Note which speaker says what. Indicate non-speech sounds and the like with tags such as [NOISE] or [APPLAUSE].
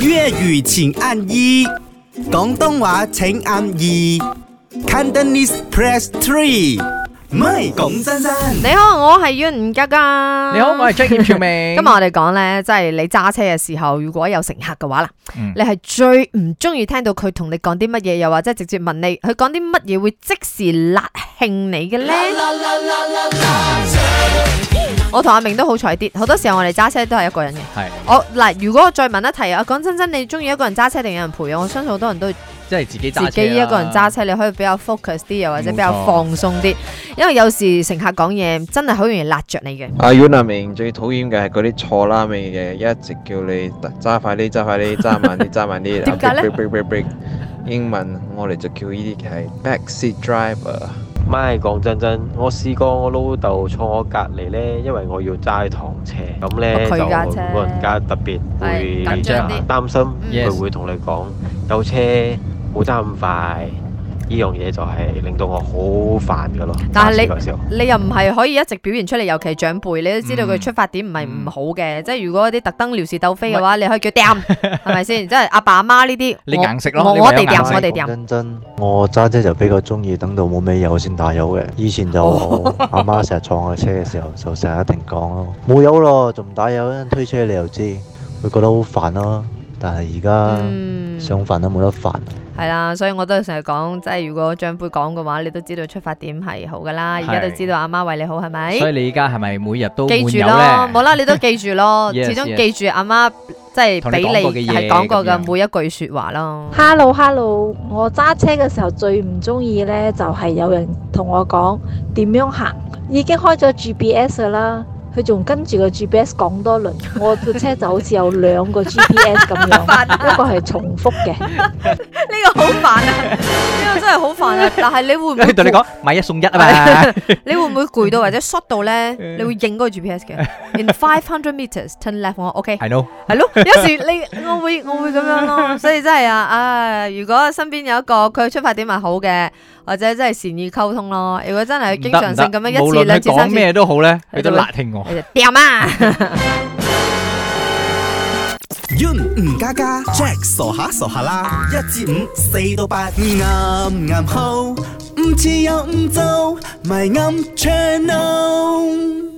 Speaker 1: 粤语请按一，广东话请按二，Cantonese press three。唔系讲真真，
Speaker 2: 你好，我係袁吳吉噶。
Speaker 3: [LAUGHS] 你好，我係 Jack 葉兆
Speaker 2: [LAUGHS]
Speaker 3: 明。
Speaker 2: 今日我哋講咧，即係你揸車嘅時候，如果有乘客嘅話啦，
Speaker 3: 嗯
Speaker 2: 你係最唔中意聽到佢同你講啲乜嘢，又或者直接問你佢講啲乜嘢會即時辣興你嘅咧？我同阿明都好彩啲，好多時候我哋揸車都係一個人嘅。
Speaker 3: 係
Speaker 2: 我嗱，如果我再問一題啊，講真真，你中意一個人揸車定有人陪啊？我相信好多人都會
Speaker 3: 即係自己揸
Speaker 2: 自己一個人揸車，你可以比較 focus 啲，又或者比較
Speaker 3: 冇錯
Speaker 2: 放鬆啲，因為有時乘客講嘢真係好容易辣着你嘅。
Speaker 4: 阿 Yuna 明最討厭嘅係嗰啲錯啦味嘅，一直叫你揸快啲、揸快啲、揸慢啲、揸
Speaker 2: [LAUGHS]
Speaker 4: 慢啲。
Speaker 2: 點解呢
Speaker 4: Break, break, break, break, break. 英文我哋就叫呢啲係 backseat driver。
Speaker 5: 咪講真真，我試過我老豆坐我隔離咧，因為我要揸堂車，咁咧
Speaker 2: 哦
Speaker 5: 就
Speaker 2: 佢架車
Speaker 5: 老人家特別會
Speaker 2: 係緊
Speaker 3: 張
Speaker 2: 啲
Speaker 5: 擔心，
Speaker 3: Yes
Speaker 5: 佢會同你講有車冇揸咁快，呢樣嘢就係令到我好煩噶咯。
Speaker 2: 但係你
Speaker 5: 揸車嗰時候
Speaker 2: 你又唔係可以一直表現出嚟，尤其長輩，你都知道佢
Speaker 3: 嗯
Speaker 2: 出發點唔係
Speaker 3: 嗯
Speaker 2: 唔好嘅。即係如果啲特登撩事鬥非嘅話，你可以叫
Speaker 3: [LAUGHS]
Speaker 2: 掂，係咪先？即係阿爸阿媽呢啲，
Speaker 3: 你
Speaker 2: 我
Speaker 3: 硬食咯
Speaker 2: 我
Speaker 3: 你
Speaker 2: 我
Speaker 3: 唯有
Speaker 2: 哋掂，
Speaker 3: 硬食
Speaker 2: 我哋掂。
Speaker 6: 真真，我揸車就比較中意等到冇咩油先打油嘅。以前就
Speaker 2: 哦
Speaker 6: 我阿媽成日坐我車嘅時候，就成日一定講咯，冇油咯，仲唔打油？推車你又知，會覺得好煩咯。但係而
Speaker 2: 嗯
Speaker 6: 家想煩都冇得煩。
Speaker 2: 係啦，所以我都成日講，即係如果長輩講嘅話，你都知道出發點係好噶啦。而家都
Speaker 3: 係
Speaker 2: 知道阿媽為你好，係咪？
Speaker 3: 所以你而家係咪每日都
Speaker 2: 記住
Speaker 3: 換油
Speaker 2: 咯，
Speaker 3: 呢
Speaker 2: 冇啦，你都記住咯，
Speaker 3: [LAUGHS] Yes,
Speaker 2: 始終
Speaker 3: yes.
Speaker 2: 記住阿媽即係
Speaker 3: 同
Speaker 2: 俾
Speaker 3: 你講過
Speaker 2: 你
Speaker 3: 嘅
Speaker 2: 係
Speaker 3: 嘢
Speaker 2: 講過
Speaker 3: 咁
Speaker 2: 嘅
Speaker 3: 樣
Speaker 2: 每一句説話咯。
Speaker 7: Hello Hello，我揸車嘅時候最唔中意呢，就係、有人同我講點樣行，已經開咗 GPS 㗎啦，佢仲跟住個 GPS 講多輪，我部車就好似有兩個 GPS 咁樣，一個係重複嘅。
Speaker 2: [LAUGHS] 呢個好煩啊， [LAUGHS] 呢個真係好煩啊！但係你會唔會
Speaker 3: 佢 [LAUGHS] [LAUGHS] 同你
Speaker 2: 攰
Speaker 3: 講買一送
Speaker 2: [LAUGHS]
Speaker 3: 一啊嘛，
Speaker 2: 你會唔會攰到或 [LAUGHS] 者 short 到咧？
Speaker 3: 嗯
Speaker 2: 你會應嗰個 GPS
Speaker 3: [LAUGHS]
Speaker 2: 嘅？In five hundred meters turn left，我 OK。
Speaker 3: 係 no，
Speaker 2: 係咯，有時你 [LAUGHS] 我會我會咁樣咯，所以真係啊，唉，如果身邊有一個佢出發點係好嘅，或者真係善意溝通咯。如果真係經常性咁樣一次、兩次、三
Speaker 3: 講
Speaker 2: 次，
Speaker 3: 咩都好咧，
Speaker 2: 你
Speaker 3: 佢
Speaker 2: 就會
Speaker 3: 都辣聽我。
Speaker 2: 你就掂啊！
Speaker 1: Yun 吳家家，Jack 傻下傻下啦，一至五，四到八，啱啱好，唔似有唔做，咪啱 channel。